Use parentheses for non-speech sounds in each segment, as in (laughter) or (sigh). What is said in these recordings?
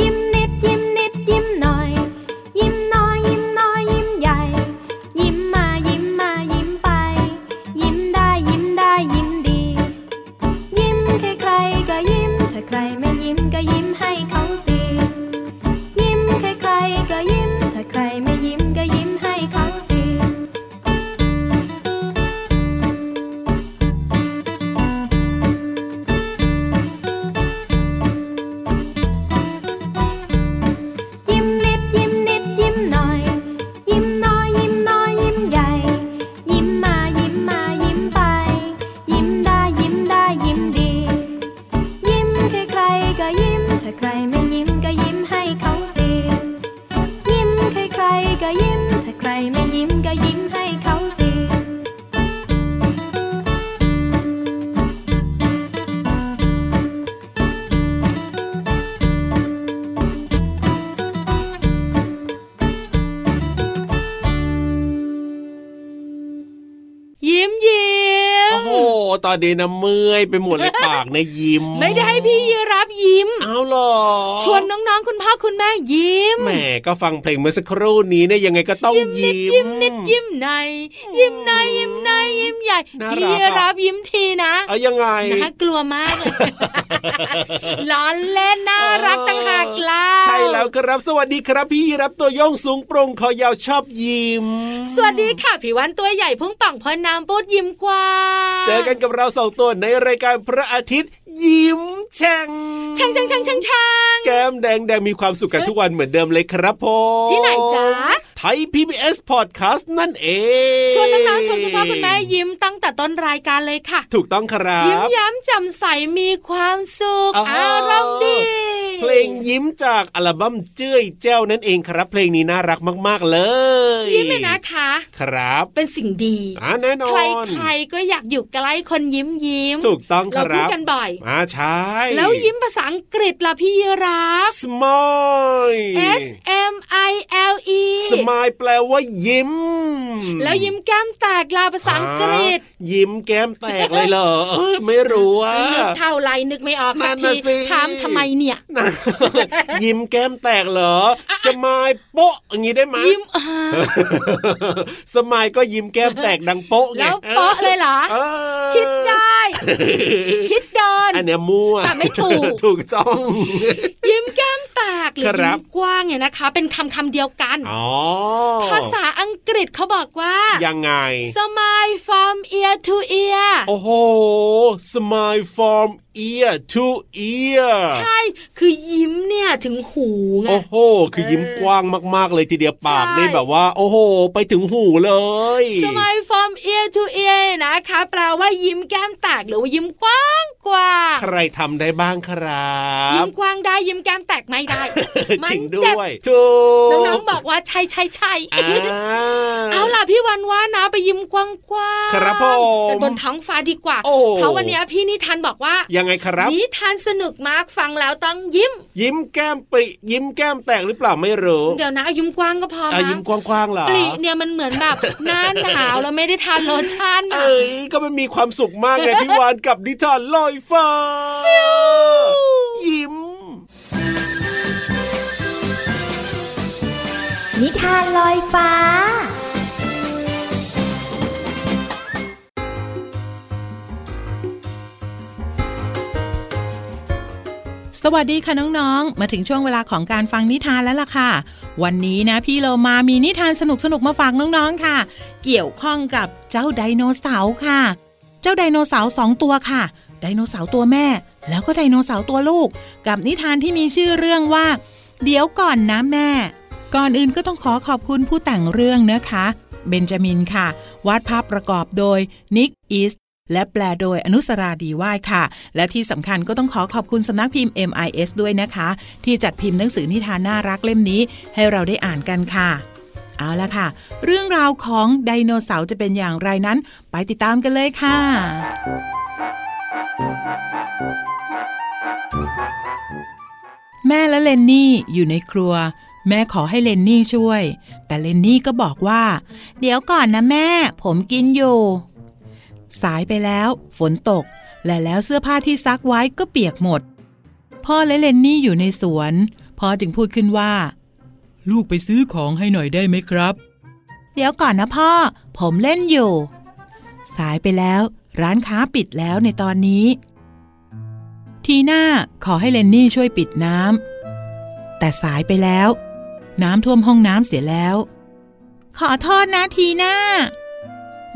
ยิ้มนิดยิ้มนิดยิ้มหน่อย ยิ้มน้อยยิ้มน้อยยิ้มใหญ่ ยิ้มมายิ้มมายิ้มไป ยิ้มได้ยิ้มได้ยิ้มดี ยิ้มใครใครๆก็ยิ้มถ้าใครไม่ยิ้มก็ยิ้มให้เขาสิยิ้มใครใครๆก็ยิ้มถ้าใครไม่ยิ้มก็ยิ้มให้เขาสิ ยิ้มนิดยิ้มนิดยิ้มหน่อย ยิ้มน้อยยิ้มน้อยยิ้มใหญ่ ยิ้มมายิ้มมายิ้มไป ยิ้มได้ยิ้มได้ยิ้มดี ยิ้มใครใครๆก็ยิ้มถ้าใครไม่ยิ้มก็ยิ้มให้เขาสิยิ้มใครใครๆก็ยิ้มถ้าใครไม่ยิ้มก็ยิ้มให้เขาสิ ยิ้มยิ้ม โอ้โห ตอนนี้นะเมื่อยไปหมดเลยปากนะยิ้ม ไม่ได้ให้พี่ยีรับยิ้ม เอาหรอ ชวนน้องๆคุณพ่อคุณแม่ยิ้ม แหมก็ฟังเพลงเมื่อสักครู่นี้เนี่ยยังไงก็ต้อง ยิ้มนิ ยิ้มดยิ้มนิดยิ้มในอยยิ้มในอยยิ้มในอยยิ้มใหญ่ น่ารักอะ พี่ยีรับยิ้มทีนะ เอายังไง นะคะกลัวมากเลย (laughs) ล้อเล่นน่ารักต่างหากล่ะ ใช่แล้วครับ สวัสดีครับพี่รับตัวโย่องสูงโปร่งคอยาวชอบยิ้ม สวัสดีค่ะผิววันตัวใหญ่พุ่งป่องพอน้ำปูดยิ้มกว้าง เจอกันกับเราสองตัวในรายการพระอาทิตย์ ยิ้มแฉ่ง ช่างช่างช่างช่างช่าง แก้มแดงแดงมีความสุขกันทุกวันเหมือนเดิมเลยครับผม ที่ไหนจ๊ะ ไทย PBS Podcast นั่นเอง ชวนน้องๆชวนคุณพ่อคุณแม่ยิ้มตั้งแต่ต้นรายการเลยค่ะ ถูกต้องครั ยิ้ม บ ย้ำแจำใสมีความสุข อ๋ออ อารมณ์ดี เพลงยิ้มจากอัลบั้มเจ้ยแจ้วนั่นเองครับ เพลงนี้น่ารักมาก ๆ เลย ยิ้มเลยนะคะ ครับ เป็นสิ่งดี อ่าแน่นอ ใคร น ใครก็อยากอยู่ใกล้คนยิ้มยิ้ม ถูกต้องค เราพูด รับ กันบ่อย อ่าใช่ แล้วยิ้มภาษาอังกฤษล่ะพี่ยีรับ สมาย S M I L E สมายแปลว่ายิ้ม แล้วยิ้มแก้มแตกล่ะภาษาอังกฤษ อ่ายิ้มแก้มแตกเลยเหรอเอ้ยไม่รู้อะ นึกเท่าไรนึกไม่ออกสัก นั่นทีน่ะสิ ถามทำไมเนี่ย นะ ยิ้มแก้มแตกเหรอ สมายโปะอย่างนี้ได้ไหม ยิ้มอ่า สมายก็ยิ้มแก้มแตกดังโปะไง แล้วเปาะเลยเหรอ เออ คิดได้ คิดเดิน อันเนี้ยมั่ว แต่ไม่ถูก (laughs) ถูกต้อง ยิ้มแก้มแตกหรือ ครั ยิ้ บ มกว้างเนี่ยนะคะ เป็นคำคำเดียวกัน อ๋อ ภาษาอังกฤษเขาบอกว่า ยังไง smile from ear to ear โอ้โห smile from ear to ear ใช่ คือยิ้มเนี่ยถึงหูไง โอ้โห คือยิ้มกว้างมาก ๆ เลยทีเดียวปาก ใช่ นี่แบบว่า โอ้โห ไปถึงหูเลย สมัย from ear to ear นะคะ แปลว่ายิ้มแก้มแตกหรือว่ายิ้มกว้างกว้าง ใครทำได้บ้างครั ยิ้ บ มกว้างได้ยิ้มแก้มแตกไม่ได้ มั (laughs) จริงด้ เจ็บ วย ถูก น้องๆบอกว่าใช่ใช่ใช่ อ่า เอาล่ะพี่วันว่านะไปยิ้มกว้างกว้าง ครับผม บนท้องฟ้าดีกว่า โอ้ เพราะวันเนี้ยพี่นิทานบอกว่า ยังไงครับ นิทานสนุกมากฟังแล้วต้องยิ้ม ยิ้มแก้มปริ ยิ้มแก้มแตกหรือเปล่าไม่รู้ เดี๋ยวนะเอายิ้มกว้างก็พอ อ่ะ มั้ ยิ้มกว้างๆเหรอ ปลีเนี่ยมันเหมือน (laughs) แบบ หน้าหนาวแล้วไม่ได้ทานโลชั่นอะ เอ้ยก็มันมีความสุขมาก (laughs) ไง พี่วานกับนิทานลอยฟ้า ยิ้ม นิทานลอยฟ้า สวัสดีค่ะน้องๆ มาถึงช่วงเวลาของการฟังนิทานแล้วล่ะค่ะ วันนี้นะพี่เรามามีนิทานสนุกๆ มาฝากน้องๆ ค่ะ เกี่ยวข้องกับเจ้าไดโนเสาร์ค่ะ เจ้าไดโนเสาร์สองตัวค่ะ ไดโนเสาร์ตัวแม่ แล้วก็ไดโนเสาร์ตัวลูก กับนิทานที่มีชื่อเรื่องว่า เดี๋ยวก่อนนะแม่ ก่อนอื่นก็ต้องขอขอบคุณผู้แต่งเรื่องนะคะ เบนจามินค่ะ วาดภาพประกอบโดยนิกอีส และแปลโดยอนุสราดีว่ายค่ะ และที่สำคัญก็ต้องขอขอบคุณสำนักพิมพ์ MIS ด้วยนะคะ ที่จัดพิมพ์หนังสือนิทานน่ารักเล่มนี้ ให้เราได้อ่านกันค่ะ เอาละค่ะ เรื่องราวของไดโนเสาร์จะเป็นอย่างไรนั้น ไปติดตามกันเลยค่ะ แม่และเลนนี่อยู่ในครัว แม่ขอให้เลนนี่ช่วย แต่เลนนี่ก็บอกว่า เดี๋ยวก่อนนะแม่ ผมกินอยู่ สายไปแล้ว ฝนตก และแล้วเสื้อผ้าที่ซักไว้ก็เปียกหมด พ่อและเลนนี่อยู่ในสวนพ่อจึงพูดขึ้นว่า ลูกไปซื้อของให้หน่อยได้ไหมครับ เดี๋ยวก่อนนะพ่อ ผมเล่นอยู่ สายไปแล้ว ร้านค้าปิดแล้วในตอนนี้ ทีหน้าขอให้เลนนี่ช่วยปิดน้ำแต่สายไปแล้ว น้ำท่วมห้องน้ำเสียแล้ว ขอโทษนะทีหน้า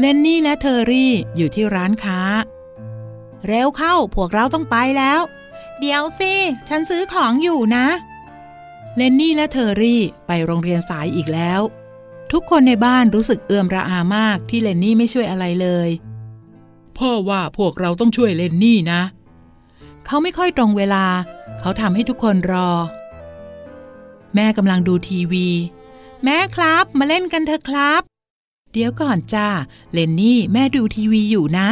เลนนี่และเทอรี่อยู่ที่ร้านค้า เร็วเข้าพวกเราต้องไปแล้ว เดี๋ยวสิฉันซื้อของอยู่นะ เลนนี่และเทอรี่ไปโรงเรียนสายอีกแล้ว ทุกคนในบ้านรู้สึกเอื่อมระอามากที่เลนนี่ไม่ช่วยอะไรเลย พ่อว่าพวกเราต้องช่วยเลนนี่นะ เขาไม่ค่อยตรงเวลา เขาทำให้ทุกคนรอ แม่กำลังดูทีวี แม่ครับมาเล่นกันเถอะครับ เดี๋ยวก่อนจ้าเลนนี่แม่ดูทีวีอยู่นะ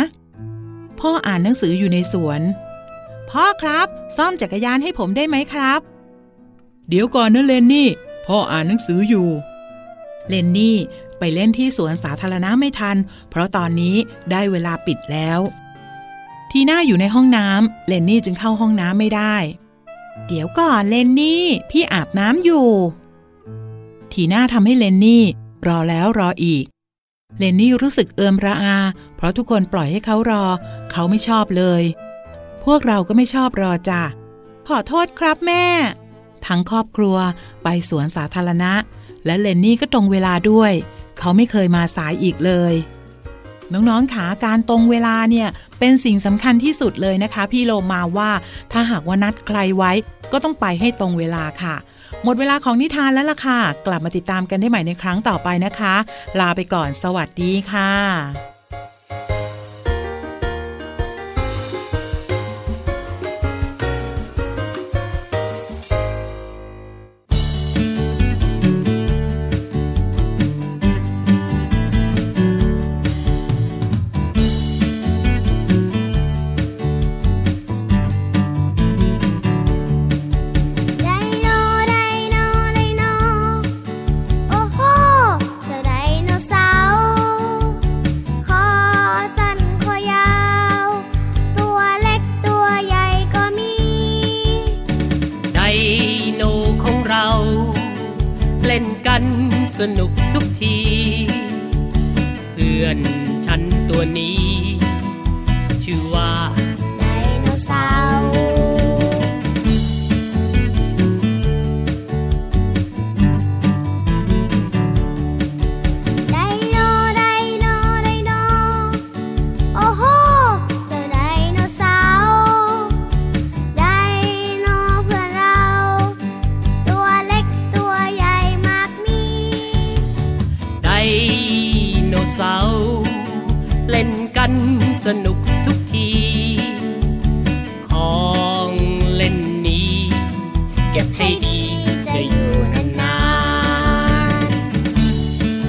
พ่ออ่านหนังสืออยู่ในสวน พ่อครับ ซ่อมจักรยานให้ผมได้ไหมครับ เดี๋ยวก่อนนะเลนนี่ พ่ออ่านหนังสืออยู่ เลนนี่ไปเล่นที่สวนสาธารณะไม่ทัน เพราะตอนนี้ได้เวลาปิดแล้ว ทีน่าอยู่ในห้องน้ำเลนนี่จึงเข้าห้องน้ำไม่ได้ เดี๋ยวก่อนเลนนี่ พี่อาบน้ำอยู่ ทีน่าทำให้เลนนี่ รอแล้วรออีก เลนนี่รู้สึกเอิมระอา เพราะทุกคนปล่อยให้เขารอ เขาไม่ชอบเลย พวกเราก็ไม่ชอบรอจ้ะขอโทษครับแม่ ทั้งครอบครัวไปสวนสาธารณะ และเลนนี่ก็ตรงเวลาด้วย เขาไม่เคยมาสายอีกเลย น้องๆขาการตรงเวลาเนี่ยเป็นสิ่งสำคัญที่สุดเลยนะคะ พี่โลมาว่าถ้าหากว่านัดใครไว้ ก็ต้องไปให้ตรงเวลาค่ะ หมดเวลาของนิทานแล้วล่ะค่ะ กลับมาติดตามกันได้ใหม่ในครั้งต่อไปนะคะ ลาไปก่อนสวัสดีค่ะ ไดโนไดโนไดโน โอ้โห เจ้าไดโนเสาร์ คอสั้นคอยาว ตัวเล็กตัวใหญ่ก็มี ไดโนของเรา เล่นกันสนุกทุกที เพื่อนฉันตัวนี้ ชื่อว่า ไดโนเสาร์ ไดโนไดโนไดโน โอ้โห เจ้าไดโนเสาร์ ไดโนเพื่อนเรา ตัวเล็กตัวใหญ่มากมี ไดโนเสาร์เล่นกันสนุกทุกที ของเล่นนี้ เก็บให้ดีจะอยู่นานๆ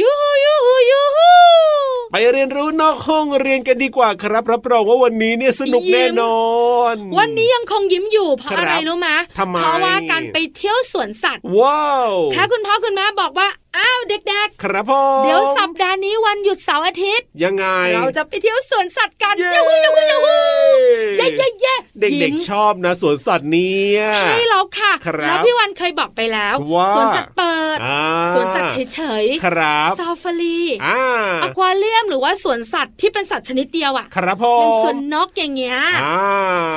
ยูฮูยูฮูยูฮู ไปเรียนรู้นอกห้องเรียนกันดีกว่าครับ รับรองว่าวันนี้เนี่ยสนุก ยิ้ม แน่นอน วันนี้ยังคงยิ้มอยู่เพราะ ครับ อะไรรู้มะ ทำไม เพราะว่าการไปเที่ยวสวนสัตว์ ว้าว ถ้าคุณพ่อคุณแม่บอกว่าอ้าวเด็ก ครับพ่อ ๆ เดี๋ยวสัปดาห์นี้วันหยุดเสาร์อาทิตย์ ยังไง เราจะไปเที่ยวสวนสัตว์กัน เย้ ยูฮูยูฮูยูฮูเย้เย้เย้ เด็ก ยิ้ม ๆชอบนะสวนสัตว์เนี่ย ใช่แล้วค่ะ ครับ แล้วพี่วันเคยบอกไปแล้ว ว่า สวนสัตว์เปิด อ่า สวนสัตว์เฉย ครับ ๆซาฟารี อ่า อควาเรียมหรือว่าสวนสัตว์ที่เป็นสัตว์ชนิดเดียวอ่ะ ครับพ่อ อ อย่าง สวนนกอย่างเงี้ย อ่า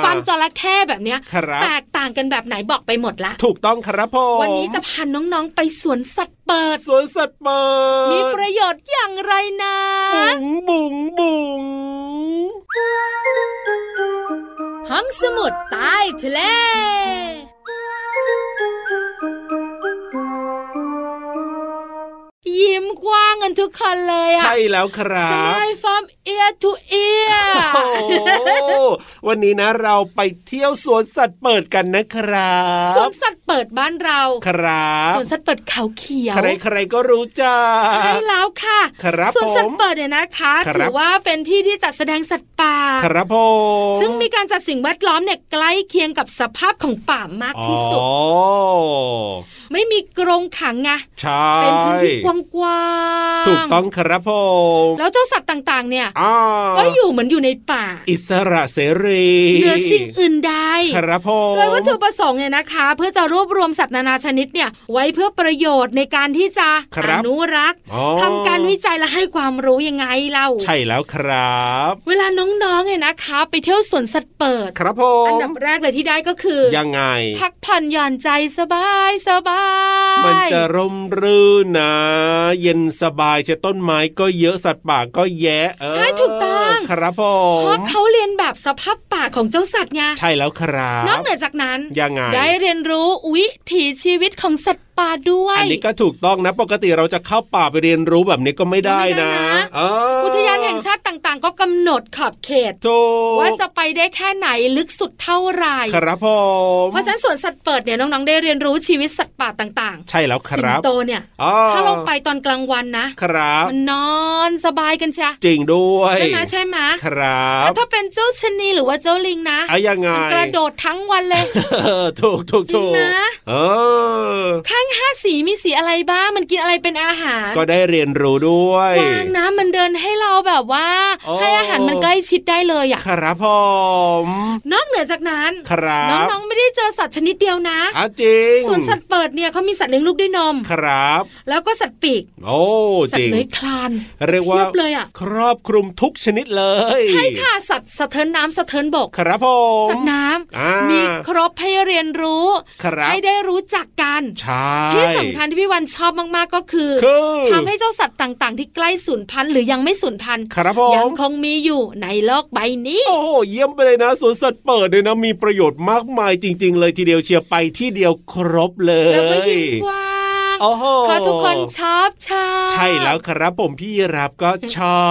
ฟาร์มจระเข้แบบเนี้ย ครับ แตกต่างกันแบบไหนบอกไปหมดละ ถูกต้องครับพ่อ วันนี้จะพาน้องๆ ไปสวนสัตว์เปิด สวนสัตว์เปิด มีประโยชน์อย่างไรนะ บุ๋งบุ๋งบุ๋ง ห้องสมุดใต้ทะเล ยิ้มกว้างกันทุก คนเลยอะ ใช่แล้วครับ สมายฟอร์มเอียทูเอีย โอ้โหวันนี้นะเราไปเที่ยวสวนสัตว์เปิดกันนะครั สวน บ สัตว์เปิดบ้านเรา ครับ สวนสัตว์เปิดเขาเขียว ใครใครๆก็รู้จัก ใช่แล้วค่ะ ครับ สวนสัต ผม ว์เปิดเนี่ยนะคะ ครับ ถือว่าเป็นที่ที่จัดแสดงสัตว์ป่า ครับผม ซึ่งมีการจัดสิ่งแวดล้อมเนี่ยใกล้เคียงกับสภาพของป่ามากที่สุด อ๋อ ไม่มีกรงขังไง ใช่ เป็นพื้นที่กว้างๆ ถูกต้องครับผม แล้วเจ้าสัตว์ต่างๆ เนี่ย อ้า ก็อยู่เหมือนอยู่ในป่า อิสระเสรี เหนือสิ่งอื่นใด ครับผม โดยวัตถุประสงค์เนี่ยนะคะ เพื่อจะรวบรวมสัตว์นานาชนิดเนี่ย ไว้เพื่อประโยชน์ในการที่จะ ค อบ นุรักษ์ อ๋อ ทำการวิจัยและให้ความรู้ยังไงเล่า ใช่แล้วครับ เวลาน้องๆเนี่ยนะคะ ไปเที่ยวสวนสัตว์เปิด ครับผ อัน ม ดับแรกเลยที่ได้ก็คือ ยังไง พักผ่อนหย่อนใจสบายสบาย มันจะร่มรื่นนะ เย็นสบายเช่ต้นไม้ก็เยอะสัตว์ป่าก็แยะเออ ใช่ถูกต้อง ครับผ เพราะ ม เขาเรียนแบบสภาพป่าของเจ้าสัตว์ไง ใช่แล้วครับ นอกเหนือจากนั้น ยังไง ได้เรียนรู้วิถีชีวิตของสัตว์ป่าด้วย อันนี้ก็ถูกต้องนะ ปกติเราจะเข้าป่าไปเรียนรู้แบบนี้ก็ไม่ได้ ไม่ได้ นะ นะ เออ อุทยานแห่งชาติต่างๆ ก็กำหนดขอบเขต ถูก ว่าจะไปได้แค่ไหนลึกสุดเท่าไหร่ ครับผม เพราะฉะนั้นสวนสัตว์เปิดเนี่ยน้องๆได้เรียนรู้ชีวิตสัตว์ป่าต่างๆ ใช่แล้วค สิง รับ โตเนี่ย อ๋อ ถ้าเราไปตอนกลางวันนะ ครับ มันนอนสบายกันใช่ จริงด้วย ใช่ไหมใช่ไหม ครับ แล้วถ้าเป็นเจ้าชะนีหรือว่าเจ้าลิงนะ อะยังไง มันกระโดดทั้งวัน (laughs) เลย เออถูกถูก จริ ถู ง ก นะ เออ ข้างห้าสีมีสีอะไรบ้าง มันกินอะไรเป็นอาหาร ก็ได้เรียนรู้ด้วย กวางนะมันเดินให้เราแบบว่า โอ้ ให้อาหารมันใกล้ชิดได้เลยอะ ครับผม นอกเหนือจากนั้น ครับ น้องๆไม่ได้เจอสัตว์ชนิดเดียวนะ อ่ะจริง ส่วนสัตว์เปิดเนี่ยเขามีสัตว์เลี้ยงลูกด้วยนม ครับ แล้วก็สัตว์ปีก โอ้ สัต จริ ว์ ง เลื้อยคลาน เรียกว่า เพียบเลยอะ ครอบคลุมทุกชนิดเลย ใช่ค่ะสัตว์สะเทินน้ำสะเทินบก ครับผม สัตว์น้ อ่า ำมีครบให้เรียนรู้ ครับ ให้ได้รู้จักกัน ใช่ ที่สำคัญที่พี่วันชอบมากๆก็คือ คือ ทำให้เจ้าสัตว์ต่างๆ ที่ใกล้สูญพันธุ์หรือยังไม่สูญพันธุ์ ครับผ ยั ม งคงมีอยู่ในโลกใบนี้ โอ้โหเยี่ยมไปเลยนะสวนสัตว์เปิดเลยนะมีประโยชน์มากมายจริง ๆ เลยทีเดียวเชียร์ไปที่เดียวครบเลย แล้วก็ยิ้มกว้าง โอ้โห เพราะทุกคนชอบชอบ ใช่แล้วครับผมพี่รับก็ชอ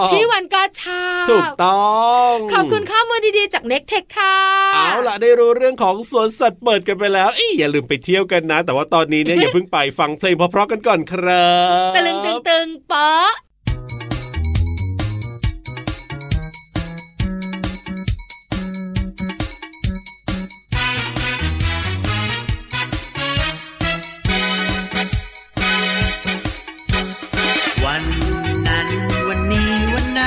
บ พี่วันก็ชอบ ถูกต้อง ขอบคุณข้อมูลดีๆจากเน็กเทคค่ะ เอาล่ะได้รู้เรื่องของสวนสัตว์เปิดกันไปแล้วเอยอย่าลืมไปเที่ยวกันนะ แต่ว่าตอนนี้เนี่ย (laughs) อย่าเพิ่งไปฟังเพลงเพราะๆกันก่อนครับ ตะลึงตึงตึงเป๊ะ วันนั้นวันนี้วันไหน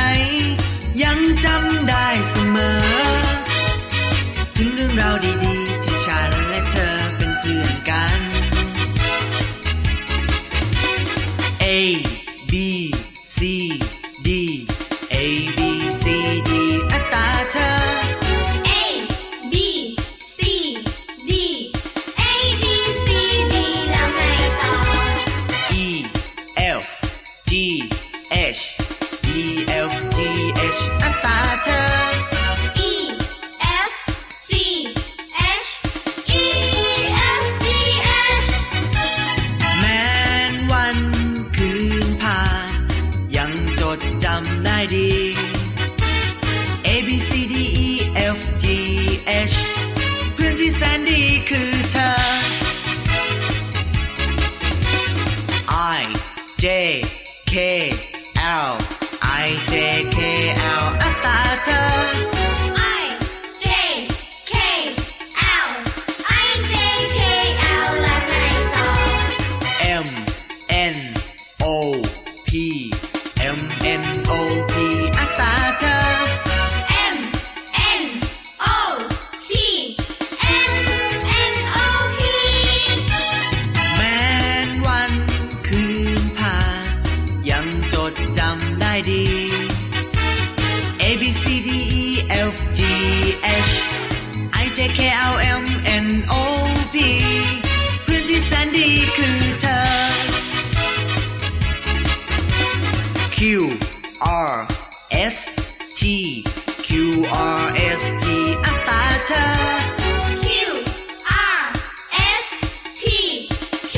ยังจำได้เสมอ ถึงเรื่องราวดีๆ ที่ฉันและเธอเป็นเพื่อนกัน A B C D A B C D อัตราเธอ A B C D A B C D แล้วไงต่อ E F G H E F G H อัตราเธอ E F G H E F G H แม้นวันคืนผ่าน ยังจดจำได้ดี A B C D E F G H เพื่อนที่แสนดีคือเธอ I J K L I J K L อัตราเธอ I J K L I J K L แล้วไงต่อ M N O P M N O P อัตราเธอ M N O P M N O P แม้นวันคืนผ่านยังจดจำได้ดี A B C D E F G H I J K L M N O P เพื่อนที่แสนดีคือเธอ Q R S T Q R S T อัตราเธอ Q R S T Q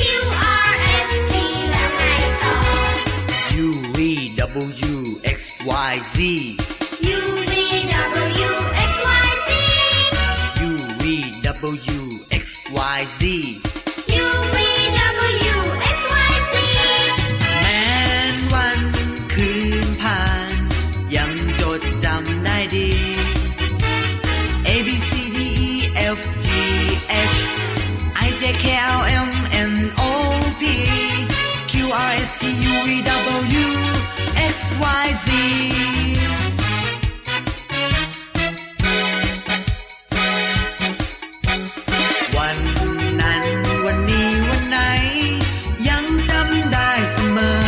R S T แล้วไงต่อ U Y Z U V W X Y Z U V W X Y Z U V W X Y Z แม้นวันคืนผ่าน ยังจดจำได้ดี A B C D E F G H I J K L M N O P Q R S T U V W X Y Z วันนั้นวันนี้วันไหน ยังจำได้เสมอ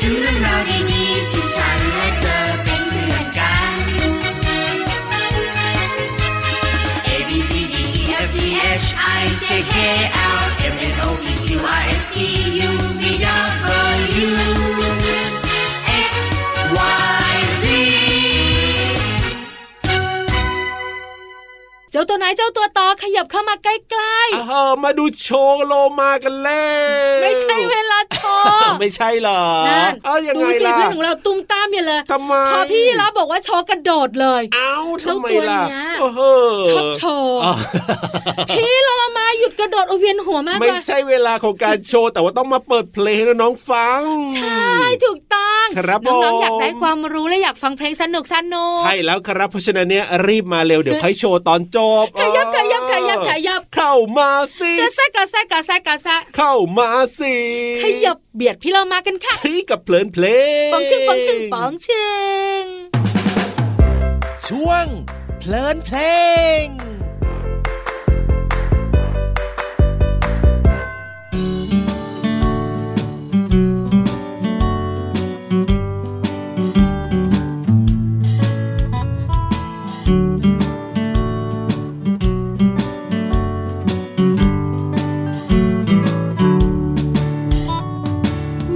ถึงเรื่องราวดีๆที่ฉันและเธอเป็นเพื่อนกัน A B C D E F G H I J K L M N O P Q R S T U V W X Y Z เจ้าตัวไหนเจ้าตัวต่อขยับเข้ามาใกล้ อ่าฮะมาดูโชว์โลมากันแล้ว ๆ ไม่ใช่เวลาโช อ้าว ว์ ไม่ใช่เหรอ นั่น เอ้ายัง ดู ไง สิ ล่ะ เพื่อนของเราตุ้มตามอย่าเลย ทำไม พอพี่รับบอกว่าโชว์กระโดดเลย เอ้าทำไมล่ะ เจ้าตัวเนี้ย โอ้โห ชอบโชว์ อ้าว พี่เรามาหยุดกระโดดเอาเวียนหัวมาก ไม่ เลย ใช่เวลาของการโชว์แต่ว่าต้องมาเปิดเพลงให้น้องๆฟัง ใช่ถูกต้อง ครับ น้อง ผม ๆอยากได้ความรู้และอยากฟังเพลงสนุกสนุก ใช่แล้วครับเพราะฉะนั้นเนี่ยรีบมาเร็วเดี๋ยว คือ ค่อยโชว์ตอนจบ ขยับขยับขยับขยับ เข้ามาสิ กระแซะกระแซะกระแซะกระแซะ เข้ามาสิ ขยับเบียดพี่เรามากันค่ะ เฮ้ยกับเพลินเพลง ปองชึงปองชึงปองชึง ช่วง เพลินเพลง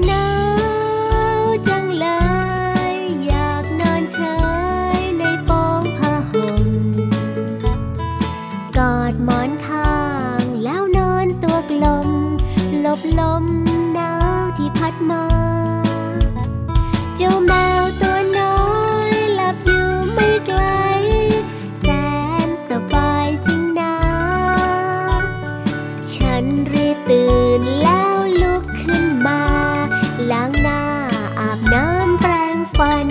หนาวจังเลย อยากนอนเฉยในโป้องผ้าห่มกอดหมอนข้างแล้วนอนตัวกลมหลบลมหนาวที่พัดมา เจ้าแมวตัวน้อยหลับอยู่ไม่ไกล แสนสบายจริงนะ ฉันรีบตื่นแล้วลุกขึ้นมา ล้างหน้าอาบน้ำแปรงฟัน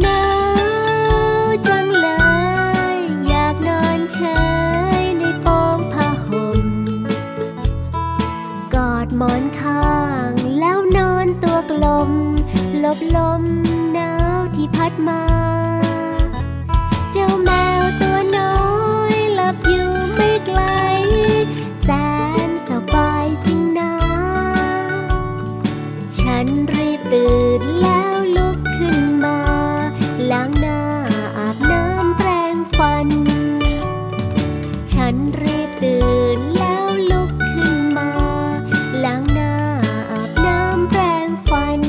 หนาวจังเลย อยากนอนเฉยในโป้องผ้าห่มกอดหมอนข้างแล้วนอนตัวกลมหลบลมหนาวที่พัดมา เจ้าแมวตัวน้อยหลับอยู่ไม่ไกล แสนสบายจริงนะ ฉันรีบตื่นแล้วลุกขึ้นมา ล้างหน้าอาบน้ำแปรงฟัน ฉันรีบตื่นแล้วลุกขึ้นมา ล้างหน้าอาบน้ำแปรงฟัน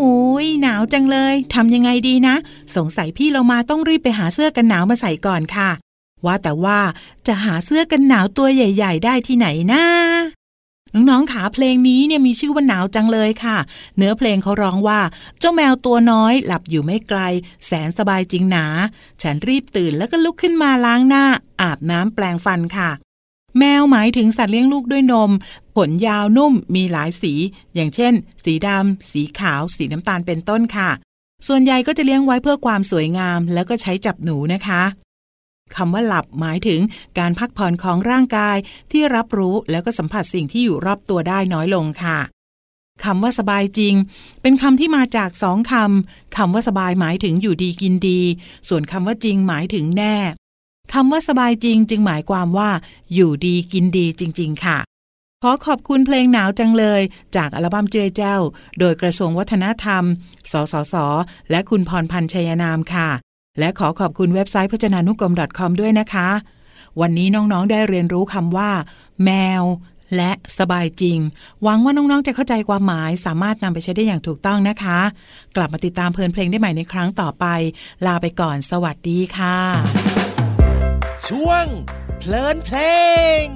อุ้ยหนาวจังเลยทำยังไงดีนะ สงสัยพี่เรามาต้องรีบไปหาเสื้อกันหนาวมาใส่ก่อนค่ะ ว่าแต่ว่าจะหาเสื้อกันหนาวตัวใหญ่ ๆ ได้ที่ไหนนะน้องๆขาเพลงนี้เนี่ยมีชื่อว่าหนาวจังเลยค่ะ เนื้อเพลงเขาร้องว่า เจ้าแมวตัวน้อยหลับอยู่ไม่ไกล แสนสบายจริงหนา ฉันรีบตื่นแล้วก็ลุกขึ้นมาล้างหน้า อาบน้ำแปลงฟันค่ะ แมวหมายถึงสัตว์เลี้ยงลูกด้วยนม ขนยาวนุ่มมีหลายสี อย่างเช่น สีดำ สีขาว สีน้ำตาลเป็นต้นค่ะ ส่วนใหญ่ก็จะเลี้ยงไว้เพื่อความสวยงาม แล้วก็ใช้จับหนูนะคะคำว่าหลับหมายถึงการพักผ่อนของร่างกายที่รับรู้แล้วก็สัมผัสสิ่งที่อยู่รอบตัวได้น้อยลงค่ะคำว่าสบายจริง เป็นคำที่มาจากสองคำคำว่าสบายหมายถึงอยู่ดีกินดี ส่วนคำว่าจริงหมายถึงแน่ คำว่าสบายจริงจึงหมายความว่า อยู่ดีกินดีจริง ๆ ค่ะ ขอขอบคุณเพลงหนาวจังเลย จากอัลบั้มเจยเจ้า โดยกระทรวงวัฒนธรรม สสส และคุณพรพันธ์ชัยนามค่ะ และขอขอบคุณเว็บไซต์พจนานุกรม .com ด้วยนะคะ วันนี้น้องๆได้เรียนรู้คำว่า แมว และสบายจริง หวังว่าน้องๆจะเข้าใจความหมายสามารถนำไปใช้ได้อย่างถูกต้องนะคะ กลับมาติดตามเพลินเพลงได้ใหม่ในครั้งต่อไป ลาไปก่อน สวัสดีค่ะ ช่วงเพลินเพลง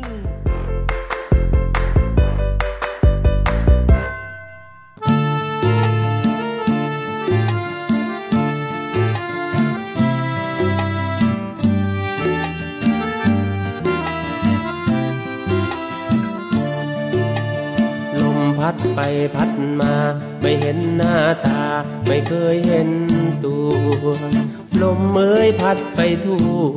ลมพัดไปพัดมา ไม่เห็นหน้าตา ไม่เคยเห็นตัว ลมเอ้ยพัดไปทั่ว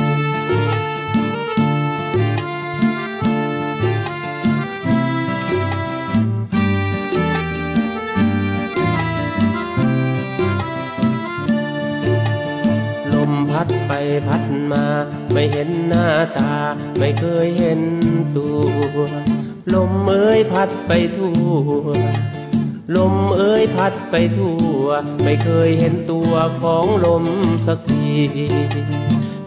ลมพัดไปพัดมา ไม่เห็นหน้าตา ไม่เคยเห็นตัว ลมเอ้ยพัดไปทั่ว ลมเอ้ยพัดไปทั่ว ไม่เคยเห็นตัวของลมสักที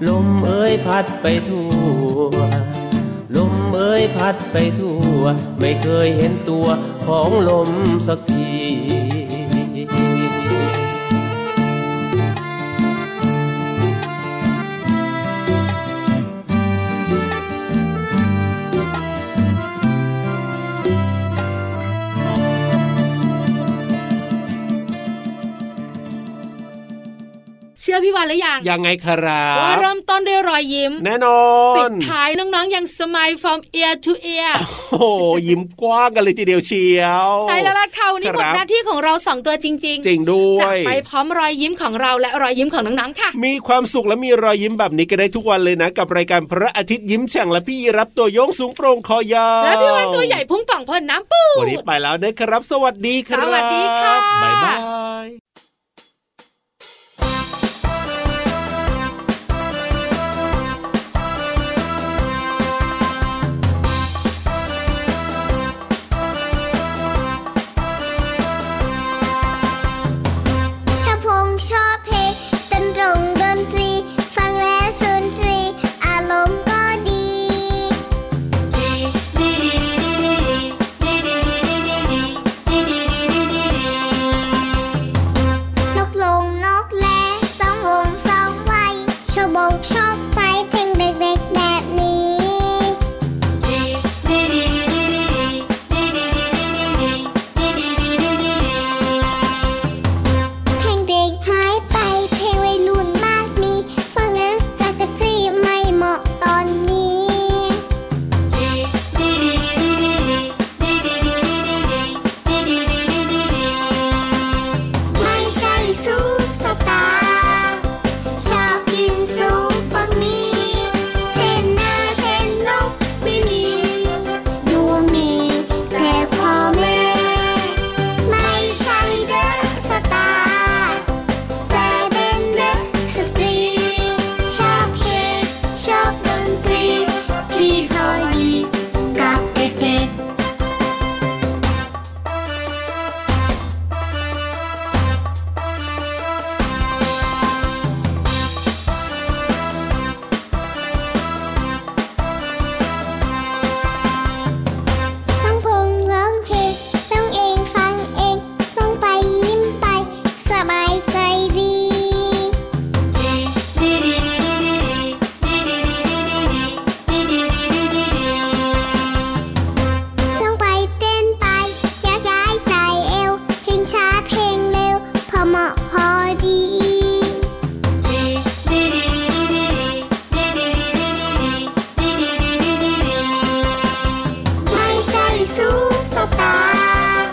ลมเอ้ยพัดไปทั่ว ลมเอ้ยพัดไปทั่ว ไม่เคยเห็นตัวของลมสักที เชื่อพี่วันหรือยัง ยังไงครั ว่า บ เริ่มต้นด้วยรอยยิ้ม แน่นอ ปิ น ดท้ายน้องๆ ยังสมาย from ear to ear โอ้โหยิ้มกว้างกันเลยทีเดียวเชียว ใช่แล้วล่ะค่ะวันนี้หมดหน้าที่ของเราสองตัวจริง จริงด้ว จาก ย ไปพร้อมรอยยิ้มของเราและรอยยิ้มของน้องๆค่ะ มีความสุขและมีรอยยิ้มแบบนี้กันได้ทุกวันเลยนะ กับรายการพระอาทิตย์ยิ้มแฉ่งและพี่รับตัวโยงสูงโปร่งคอยาว แล้วพี่วันตัวใหญ่พุ่งป่องพ่นน้ำปู วันนี้ไปแล้วนะครับ สวัสดีครับ สวัสดีค่ะ บ๊ายบาย ชอบพงชอบเพลงดนตรงดนตรี ฟังแล้วสุนทรีอารมณ์ก็ดี นกลงนกแลสองวงสองไว้ชอบบงชอบไฟเพลงเด็กๆแบบนี้ เพลงเด็กหายไปเพลงวัยรุ่นมากมีฟังแล้วจากกระซี่ไม่เหมาะตอนนี้ ไม่ใช่ซุปสตาร์ชอบกินซุปบะหมี่เส้นหน้าเส้นนกไม่มี ดูมีแต่พ่อแม่ ไม่ใช่เดอะสตาร์แต่เป็นเดอะสตรี ชอบเพลงชอบดนตรี พี่พอดีกับเด็กๆ น้องพงร้องเพลงน้องเองฟังเองต้องไปยิ้มไป สบายใจดี ต้องไปเต้นไปย้ายย้ายใส่เอว เพลงช้าเพลงเร็ว พอเหมาะพอดี ไม่ใช่ซูเปอร์สตาร์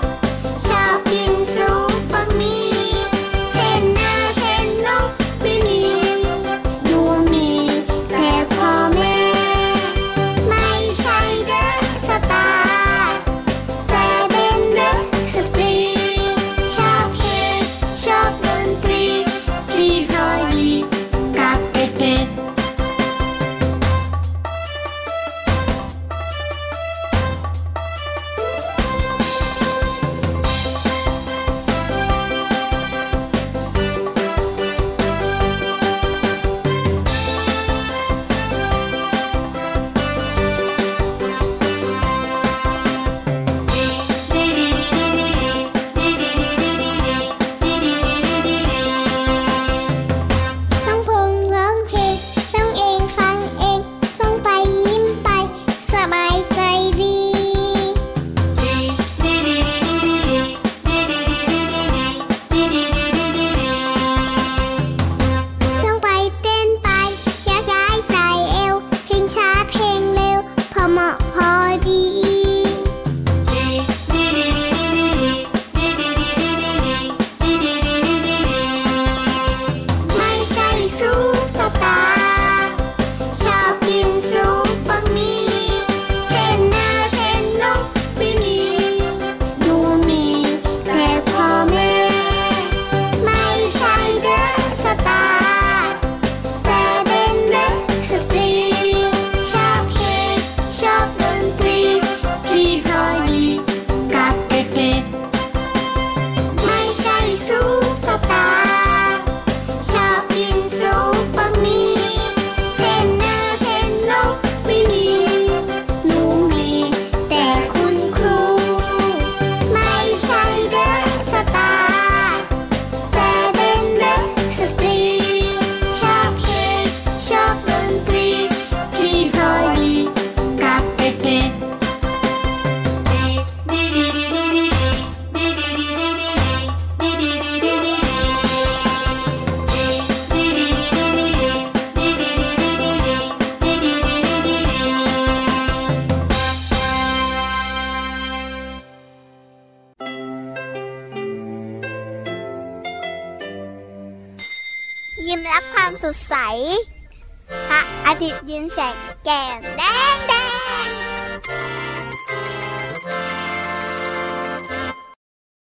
ยิ้มรับความสดใส พระอาทิตย์ยิ้มแฉกแก้มแดงแด